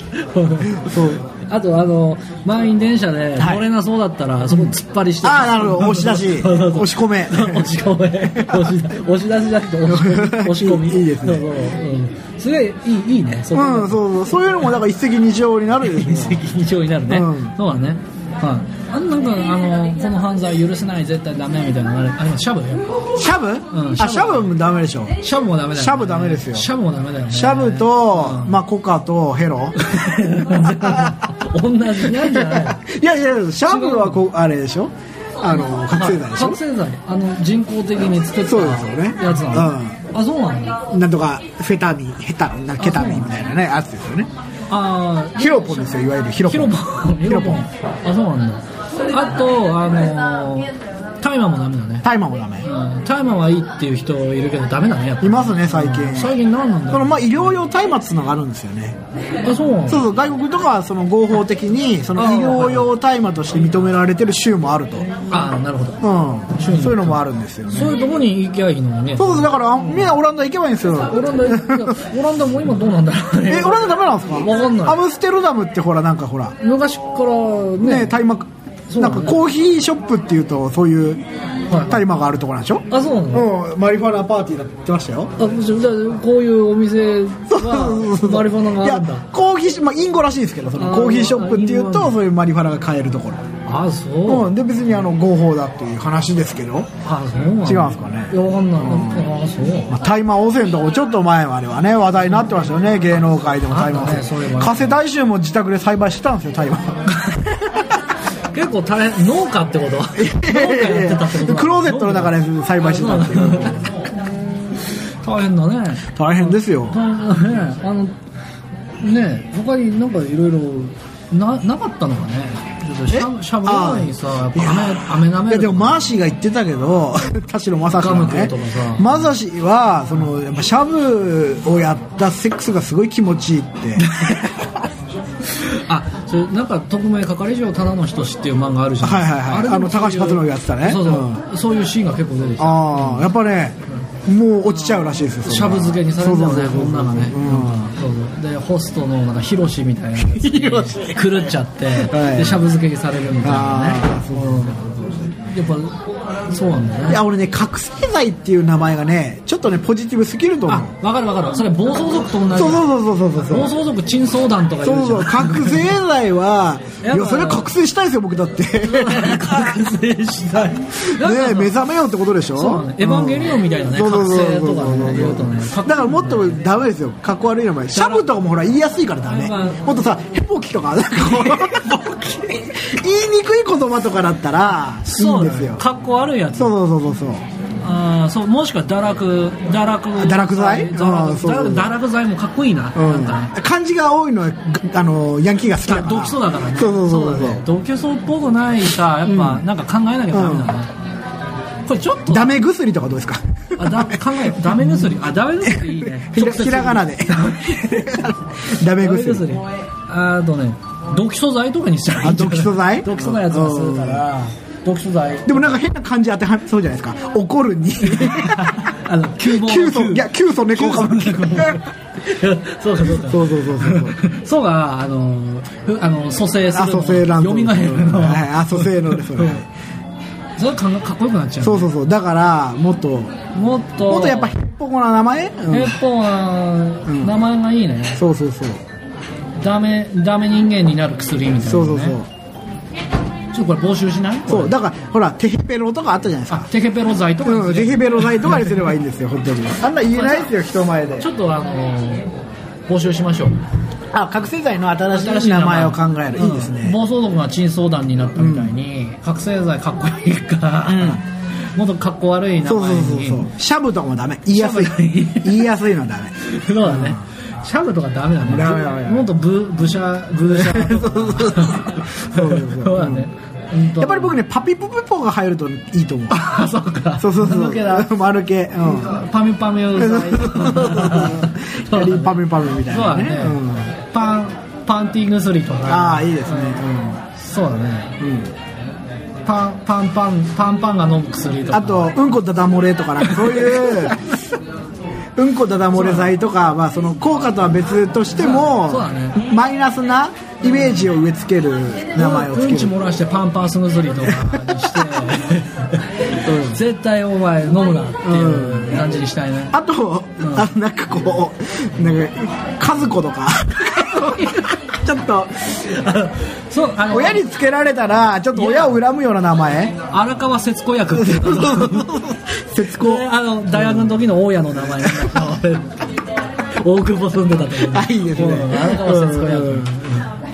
[SPEAKER 2] そう
[SPEAKER 1] あとあの満員電車で
[SPEAKER 2] はい
[SPEAKER 1] 乗れなそうだったらそこ突っ張りして
[SPEAKER 2] ああなるほど押し出し
[SPEAKER 1] そうそうそう
[SPEAKER 2] 押し込め
[SPEAKER 1] 押し込め押し押し出しじゃなくて押し込み押し込み
[SPEAKER 2] いいいいですね
[SPEAKER 1] そうそううんすごいいいいいねそこ
[SPEAKER 2] うん、そうそう、そういうのも、だから一石二鳥に なるでしょ
[SPEAKER 1] 責任上になるね、
[SPEAKER 2] うん
[SPEAKER 1] そうだねはいあなんかあのこの犯罪許せない絶対ダメみたいなのあれあれシャブ
[SPEAKER 2] シャブ、
[SPEAKER 1] うん
[SPEAKER 2] あ、シャブもダメでしょ
[SPEAKER 1] シャブもダメだよ、ね、
[SPEAKER 2] シャブダメですよ
[SPEAKER 1] シャブもダメだよね
[SPEAKER 2] シャブと、まあ、コカ とヘロ。
[SPEAKER 1] 同じなんじゃないの
[SPEAKER 2] いやいや、シャブはこう、あれでしょあの、覚醒剤でし
[SPEAKER 1] 覚醒剤あの人工的に作っ
[SPEAKER 2] そうですよね
[SPEAKER 1] たやつなの、あそうなんだ
[SPEAKER 2] ょなんとか、フェタミン、ヘタミン、ケタミンみたいなね、やつですよね。
[SPEAKER 1] あー
[SPEAKER 2] ヒロポンですよ、いわゆるヒロ
[SPEAKER 1] ヒ
[SPEAKER 2] ポ
[SPEAKER 1] ロ
[SPEAKER 2] ン。
[SPEAKER 1] ポン、ヒロポン。あ、そうなんだ。あと、あのー、タイマーもダメだね。
[SPEAKER 2] タイマーもダメ。
[SPEAKER 1] うんタイマーはいいっていう人いるけどダメだね、やっぱ
[SPEAKER 2] い。ますね、最
[SPEAKER 1] 最
[SPEAKER 2] 近。
[SPEAKER 1] 近何なんだ
[SPEAKER 2] そ
[SPEAKER 1] ろ
[SPEAKER 2] のまあ、医療用大麻っていうのがあるんですよね
[SPEAKER 1] う。あ、そうなん
[SPEAKER 2] そ
[SPEAKER 1] だ
[SPEAKER 2] う。そう外国とかはその合法的にその医療用大麻として認められてる州もあると
[SPEAKER 1] あ、なるほど。
[SPEAKER 2] うん、そういうのもあるんですよね。
[SPEAKER 1] そういうとこに行きゃいいのにね。
[SPEAKER 2] そうです、だから、あみんなオランダ行けばいいんですよ。
[SPEAKER 1] オランダ、いやオランダも今どうなんだろうね
[SPEAKER 2] え、。オランダダメなんですか
[SPEAKER 1] わかんない
[SPEAKER 2] アムステルダムってほら、なんかほら、
[SPEAKER 1] 昔から
[SPEAKER 2] ね、
[SPEAKER 1] ね、
[SPEAKER 2] 大麻、
[SPEAKER 1] そう
[SPEAKER 2] な
[SPEAKER 1] だ
[SPEAKER 2] ん
[SPEAKER 1] ね
[SPEAKER 2] かコーヒーショップっていうと、そういう、
[SPEAKER 1] はい
[SPEAKER 2] 大麻があるところなんでしょ
[SPEAKER 1] あそうなの
[SPEAKER 2] うんマリファナパーティーだって言ってましたよ
[SPEAKER 1] あじゃあじゃあこういうお店はマリファナがあるん
[SPEAKER 2] いや
[SPEAKER 1] だ
[SPEAKER 2] コーヒーショップ、まあ、インゴらしいんですけどそ
[SPEAKER 1] あ
[SPEAKER 2] の
[SPEAKER 1] ー
[SPEAKER 2] コーヒーショップっていう
[SPEAKER 1] インゴ
[SPEAKER 2] とそういうマリファナが買えるとこ
[SPEAKER 1] あそう、
[SPEAKER 2] ろ、うん、で別にあの合法だっていう話ですけど
[SPEAKER 1] あそうなんだ
[SPEAKER 2] 違うんすかね
[SPEAKER 1] いやわかんないあそう
[SPEAKER 2] まあ大麻汚染とかちょっと前まではね話題になってましたよね芸能界でも大麻汚
[SPEAKER 1] あったねそういえば
[SPEAKER 2] 染加瀬大衆も自宅で栽培してたんですよ大麻
[SPEAKER 1] 結構大変農家ってこと農家やってたってこと
[SPEAKER 2] クローゼットの中で栽培してたっていう
[SPEAKER 1] 大変だね
[SPEAKER 2] 大変ですよ
[SPEAKER 1] 大変だねあのねえ他になんかいろいろななかったのかねちょっとしゃ
[SPEAKER 2] え
[SPEAKER 1] しゃぶりないにさやっぱ
[SPEAKER 2] いや
[SPEAKER 1] あめなめ
[SPEAKER 2] いやでもマーシーが言ってたけど 田代正史
[SPEAKER 1] ガム
[SPEAKER 2] の
[SPEAKER 1] 食う
[SPEAKER 2] ね
[SPEAKER 1] とかさ
[SPEAKER 2] マサシはそのやっぱシャブをやったセックスがすごい気持ちいいって
[SPEAKER 1] あそれなんか匿名係長ただの人志っていう漫画あるじゃん
[SPEAKER 2] はいはいはい
[SPEAKER 1] でも
[SPEAKER 2] あの高橋克典がやってたね
[SPEAKER 1] そうそう、そういうシーンが結構出てきた
[SPEAKER 2] ああやっぱねもう落ちちゃうらしいですよそれは
[SPEAKER 1] しゃぶ漬けにされてたよねこんなのね
[SPEAKER 2] うん
[SPEAKER 1] そうそうでホストのなんかヒロシみたいなやつに狂っちゃって、
[SPEAKER 2] はい
[SPEAKER 1] でしゃぶ漬けにされるみたいなね
[SPEAKER 2] あー
[SPEAKER 1] うんやっぱそうなんだ
[SPEAKER 2] い
[SPEAKER 1] ね
[SPEAKER 2] や俺ね覚醒剤っていう名前がねちょっとねポジティブすぎると思
[SPEAKER 1] あ
[SPEAKER 2] う
[SPEAKER 1] わかるわかるそれ暴走族と同じ
[SPEAKER 2] そうそうそうそうそうそ
[SPEAKER 1] 暴
[SPEAKER 2] う
[SPEAKER 1] 走族珍相談とか言
[SPEAKER 2] そう
[SPEAKER 1] うじゃ
[SPEAKER 2] そ
[SPEAKER 1] ん
[SPEAKER 2] う覚醒剤はい
[SPEAKER 1] やっぱ
[SPEAKER 2] やそれは覚醒したいですよ僕 だって
[SPEAKER 1] 覚醒したい
[SPEAKER 2] ねえ目覚めようってことでしょ
[SPEAKER 1] そうだねエヴァンゲリオンみたいなね
[SPEAKER 2] うんそうそうそう
[SPEAKER 1] 覚醒とかね言うとね
[SPEAKER 2] だからもっとダメですよかっこ悪い名前シャブとかもほら言いやすいからダメ
[SPEAKER 1] まあ
[SPEAKER 2] もっとさヘポキとかなんかこう言いにくい言葉とかだったらいいんですよ
[SPEAKER 1] かっこ悪いやつ
[SPEAKER 2] そうそうそうそうそう
[SPEAKER 1] あーそうもしくは堕落堕落
[SPEAKER 2] 堕落罪
[SPEAKER 1] 堕落
[SPEAKER 2] うんそうそうそう
[SPEAKER 1] 堕落罪もかっこいいな,、
[SPEAKER 2] うん
[SPEAKER 1] なんかね
[SPEAKER 2] 漢字が多いのはあのヤンキーが好きだから
[SPEAKER 1] 毒素だからね
[SPEAKER 2] そうそうそう
[SPEAKER 1] だ
[SPEAKER 2] そう
[SPEAKER 1] ね毒素っぽくないさやっぱ、なんか考えなきゃダメだね、これちょっと
[SPEAKER 2] ダメ薬とかどうですか
[SPEAKER 1] あだ考えようダメ薬あダメ薬いいね
[SPEAKER 2] ひらひらがなでダメ
[SPEAKER 1] ダメ
[SPEAKER 2] 薬
[SPEAKER 1] 薬あとね毒素剤とかにしたらいいんじゃない
[SPEAKER 2] あ毒素剤
[SPEAKER 1] 毒素のやつがするから毒素剤
[SPEAKER 2] でもなんか変な漢字当てはめそうじゃないですか怒るに
[SPEAKER 1] あの急防
[SPEAKER 2] 急須いや急須猫かぶって
[SPEAKER 1] そうかそうか
[SPEAKER 2] そうそうそうそう
[SPEAKER 1] そうがあのふあの蘇生する
[SPEAKER 2] あ、蘇生乱
[SPEAKER 1] 読みがえるの
[SPEAKER 2] はい、あ、蘇生 のそれ。
[SPEAKER 1] それかんかっこよくなっちゃう
[SPEAKER 2] そうそうそう。だから、もっと、
[SPEAKER 1] もっと
[SPEAKER 2] もっとやっぱヘッポコな名前、うん
[SPEAKER 1] ヘッポは
[SPEAKER 2] ん
[SPEAKER 1] 名前がいいね
[SPEAKER 2] そうそうそう。
[SPEAKER 1] ダメダメ人間になる薬みたいなね
[SPEAKER 2] そうそうそう。
[SPEAKER 1] ちょっとこれ募集しない
[SPEAKER 2] そう、だから、ほら、テヘペロとかあったじゃないです
[SPEAKER 1] あ
[SPEAKER 2] か。
[SPEAKER 1] テケペロ剤とかにする
[SPEAKER 2] うん、テヘペロ剤とかにすればいいんですよ、本当に。あんな言えないですよ、人前で
[SPEAKER 1] ち。ょっとあの募集しましょう
[SPEAKER 2] あ、覚醒剤の新
[SPEAKER 1] 新
[SPEAKER 2] し
[SPEAKER 1] し
[SPEAKER 2] い
[SPEAKER 1] い
[SPEAKER 2] 名前を考える。いいです
[SPEAKER 1] うん
[SPEAKER 2] ね。
[SPEAKER 1] 暴走族が珍相談になったみたいに、覚醒剤かっこいいから、もっとかっこ悪い名前に
[SPEAKER 2] そうそうそうそう。シャブとかもダメ。言いやすい
[SPEAKER 1] シャブダ。メ
[SPEAKER 2] 言いやすいのは ダメ。
[SPEAKER 1] そうだね。シャブとかダメだね。
[SPEAKER 2] ダメダメダメ
[SPEAKER 1] もっとブブシャブシャとか。
[SPEAKER 2] そうそうそう そうそうそう
[SPEAKER 1] そうだね。うんと
[SPEAKER 2] やっぱり僕ね、パピプペポが入るといいと思う。
[SPEAKER 1] あそうか。
[SPEAKER 2] そうそうそう。
[SPEAKER 1] 抜 けだ。
[SPEAKER 2] 丸系。うん。
[SPEAKER 1] パミュパミュ剤。
[SPEAKER 2] そう やりパミュパミュみたい
[SPEAKER 1] そうだ
[SPEAKER 2] なね
[SPEAKER 1] ね
[SPEAKER 2] うん。
[SPEAKER 1] パンパンティングスリとか。
[SPEAKER 2] ああいいですね
[SPEAKER 1] そうだね。
[SPEAKER 2] うん、うん、
[SPEAKER 1] パンパンパンパンパンが飲む薬とか。
[SPEAKER 2] あとうんこダダ漏れとかなんかそ ういううんこダダ漏れ剤とか、まあ、その効果とは別としても
[SPEAKER 1] そうだね
[SPEAKER 2] マイナスなイメージを植え付ける名前を
[SPEAKER 1] う
[SPEAKER 2] 付
[SPEAKER 1] ん
[SPEAKER 2] け
[SPEAKER 1] ち
[SPEAKER 2] る、
[SPEAKER 1] 漏らしてパンパンス薬とかにして、絶対お前飲むなっていう感じにしたいね。
[SPEAKER 2] あと、あのなんかこうなんか和子と かちょっと
[SPEAKER 1] そうあの
[SPEAKER 2] 親につけられたらちょっと親を恨むような名前
[SPEAKER 1] 荒川節子役っていうの
[SPEAKER 2] 節 子
[SPEAKER 1] であの大学の時の大家の名前が大久保住んでたと思う
[SPEAKER 2] あいいですね
[SPEAKER 1] うん荒川節子役、
[SPEAKER 2] うん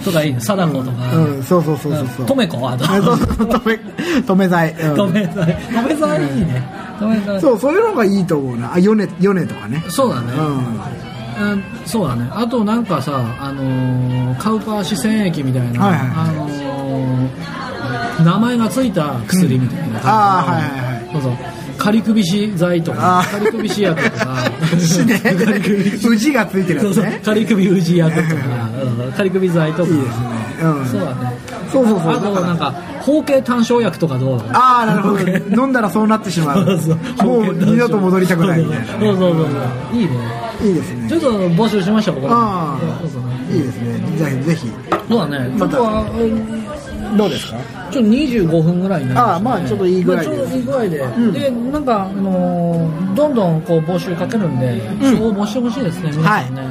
[SPEAKER 1] とかいいね貞子とか、
[SPEAKER 2] う
[SPEAKER 1] うん、
[SPEAKER 2] そうそうそうそうそうん
[SPEAKER 1] とめ子あと
[SPEAKER 2] あそうそう止め止め剤、うん
[SPEAKER 1] とめさんとめさんいいねとめさん
[SPEAKER 2] そうそういうのがいいと思うなあヨネヨネとかね
[SPEAKER 1] そうだね、
[SPEAKER 2] うん
[SPEAKER 1] うん、そうだねあとなんかさ、あのーカウパー四川液みたいな、
[SPEAKER 2] はいはい
[SPEAKER 1] あのー名前がついた薬みたいな感じ、
[SPEAKER 2] あーはいはいはい
[SPEAKER 1] そうそうカリクビシ剤と
[SPEAKER 2] あ
[SPEAKER 1] かカ
[SPEAKER 2] ー
[SPEAKER 1] リクビシ薬とか
[SPEAKER 2] 死 ねうじがついてる
[SPEAKER 1] そう
[SPEAKER 2] やつ
[SPEAKER 1] そう
[SPEAKER 2] ね
[SPEAKER 1] カリクビウジ薬とか、うん、カリクビ剤とか
[SPEAKER 2] いいですねうん
[SPEAKER 1] そうだね
[SPEAKER 2] そうそうそう
[SPEAKER 1] あとなんか包茎単生薬とかどう
[SPEAKER 2] ああなるほど飲んだらそうなってし まうもう二度と戻りたくないみたいな
[SPEAKER 1] そうそうそうそういいね
[SPEAKER 2] いいです
[SPEAKER 1] ちょ
[SPEAKER 2] ね
[SPEAKER 1] っと募集しましょうここで
[SPEAKER 2] あ
[SPEAKER 1] そうそう
[SPEAKER 2] あいいですねぜひぜひ
[SPEAKER 1] そうだね。
[SPEAKER 2] ま
[SPEAKER 1] ま
[SPEAKER 2] た
[SPEAKER 1] たは、うん
[SPEAKER 2] どうですか
[SPEAKER 1] ちょっと25分ぐらいになりました、ね、
[SPEAKER 2] ああまあちょっといい具合で
[SPEAKER 1] まあちょうどいい具合で、
[SPEAKER 2] ん
[SPEAKER 1] でなんか、あのーどんどんこう募集かけるんで、応募してほしいですね皆さんね、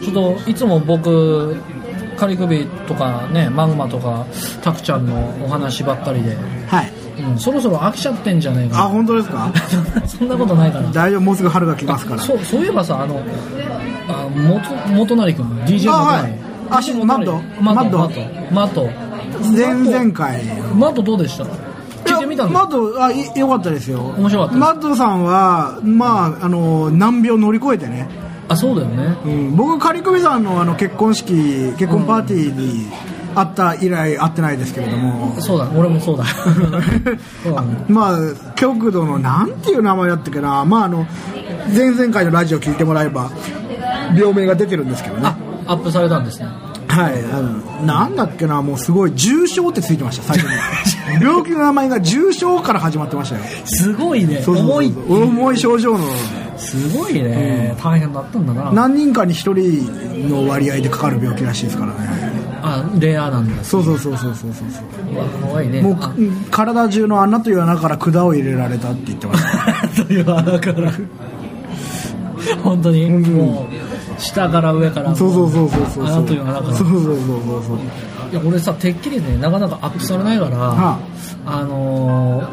[SPEAKER 1] うん、ちょっといつも僕カリクビとかねマグマとかタクちゃんのお話ばっかりで、
[SPEAKER 2] はい
[SPEAKER 1] うん、そろそろ飽きちゃってんじゃねえ
[SPEAKER 2] あ
[SPEAKER 1] か
[SPEAKER 2] 本当ですか
[SPEAKER 1] な そんなことないかな
[SPEAKER 2] 大丈夫もうすぐ春が来ますから
[SPEAKER 1] そうそういえばさあのあ元元成君 DJ
[SPEAKER 2] あはい
[SPEAKER 1] 元成 DJ
[SPEAKER 2] あマッド
[SPEAKER 1] マッド
[SPEAKER 2] マ
[SPEAKER 1] マ
[SPEAKER 2] ッド
[SPEAKER 1] ッドマッド
[SPEAKER 2] 前々回
[SPEAKER 1] マッドどうでした聞いてみたんです
[SPEAKER 2] マッドあいよかったですよ
[SPEAKER 1] 面白かったです
[SPEAKER 2] マッドさんはまああの難病乗り越えてね、
[SPEAKER 1] あそうだよね
[SPEAKER 2] うん、僕カリクビさんのあの結婚式結婚パーティーに会った以来会ってないですけれども、
[SPEAKER 1] そうだ俺もそう だそうだね
[SPEAKER 2] まあ極度のなんていう名前だったっけなまああの前々回のラジオ聞いてもらえば病名が出てるんですけどね
[SPEAKER 1] あアップされたんですね
[SPEAKER 2] はい、あの、なんだっけな、もうすごい、重症ってついてました、最初 に。病気の名前が重症から始まってましたよ。
[SPEAKER 1] すごいね
[SPEAKER 2] そうそうそう
[SPEAKER 1] 重い
[SPEAKER 2] 重い症状の、
[SPEAKER 1] すごいね、大変だったんだな
[SPEAKER 2] 何人かに一人の割合でかかる病気らしいですからね。
[SPEAKER 1] あレアなんだ
[SPEAKER 2] そうそうそうそうそうそうそう
[SPEAKER 1] うわ怖いね
[SPEAKER 2] もう
[SPEAKER 1] あ
[SPEAKER 2] うん体中の穴という穴から管を入れられたって言ってまし た。
[SPEAKER 1] という穴から本当に、
[SPEAKER 2] ん
[SPEAKER 1] もう下から上から
[SPEAKER 2] そうそうそうそうそうそう。
[SPEAKER 1] 穴という穴から
[SPEAKER 2] そうそうそうそうそう。
[SPEAKER 1] いや俺さてっきりねなかなかアップされないから、
[SPEAKER 2] は
[SPEAKER 1] あのー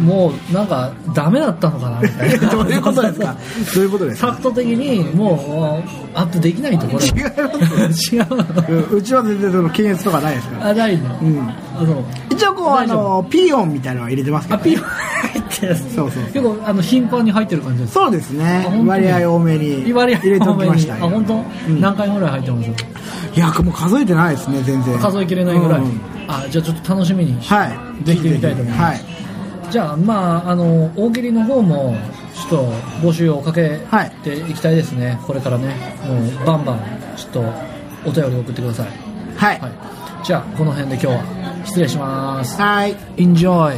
[SPEAKER 1] もうなんかダメだったのかなみたいな
[SPEAKER 2] どういうことですかどういうことです
[SPEAKER 1] ファ
[SPEAKER 2] か
[SPEAKER 1] クト的にもうアップできないところ
[SPEAKER 2] 違
[SPEAKER 1] 違
[SPEAKER 2] い
[SPEAKER 1] うの
[SPEAKER 2] うんうちは全然その検閲とかないですから。
[SPEAKER 1] あないの
[SPEAKER 2] うん
[SPEAKER 1] あの
[SPEAKER 2] 一応こう、あの、ピーオンみたいなのは入れてますけど
[SPEAKER 1] アピール入ってる
[SPEAKER 2] そうそう
[SPEAKER 1] 結構あの頻繁に入ってる感じです
[SPEAKER 2] そうですね
[SPEAKER 1] 本当に
[SPEAKER 2] 割合多めに入
[SPEAKER 1] 割
[SPEAKER 2] れ
[SPEAKER 1] 合
[SPEAKER 2] ておきました
[SPEAKER 1] あ本当、何回ぐらい入ってます
[SPEAKER 2] いやもう数えてないですね全然
[SPEAKER 1] 数えきれないぐらい、
[SPEAKER 2] うん
[SPEAKER 1] あじゃあちょっと楽しみにし
[SPEAKER 2] はい
[SPEAKER 1] できてみたいと思いま
[SPEAKER 2] は
[SPEAKER 1] す
[SPEAKER 2] い
[SPEAKER 1] じゃあまああの大喜利の方もちょっと募集をかけていきたいですね、これからねもうバンバンちょっとお便り送ってください、
[SPEAKER 2] はい
[SPEAKER 1] はい、じゃあこの辺で今日は失礼します
[SPEAKER 2] はい
[SPEAKER 1] Enjoy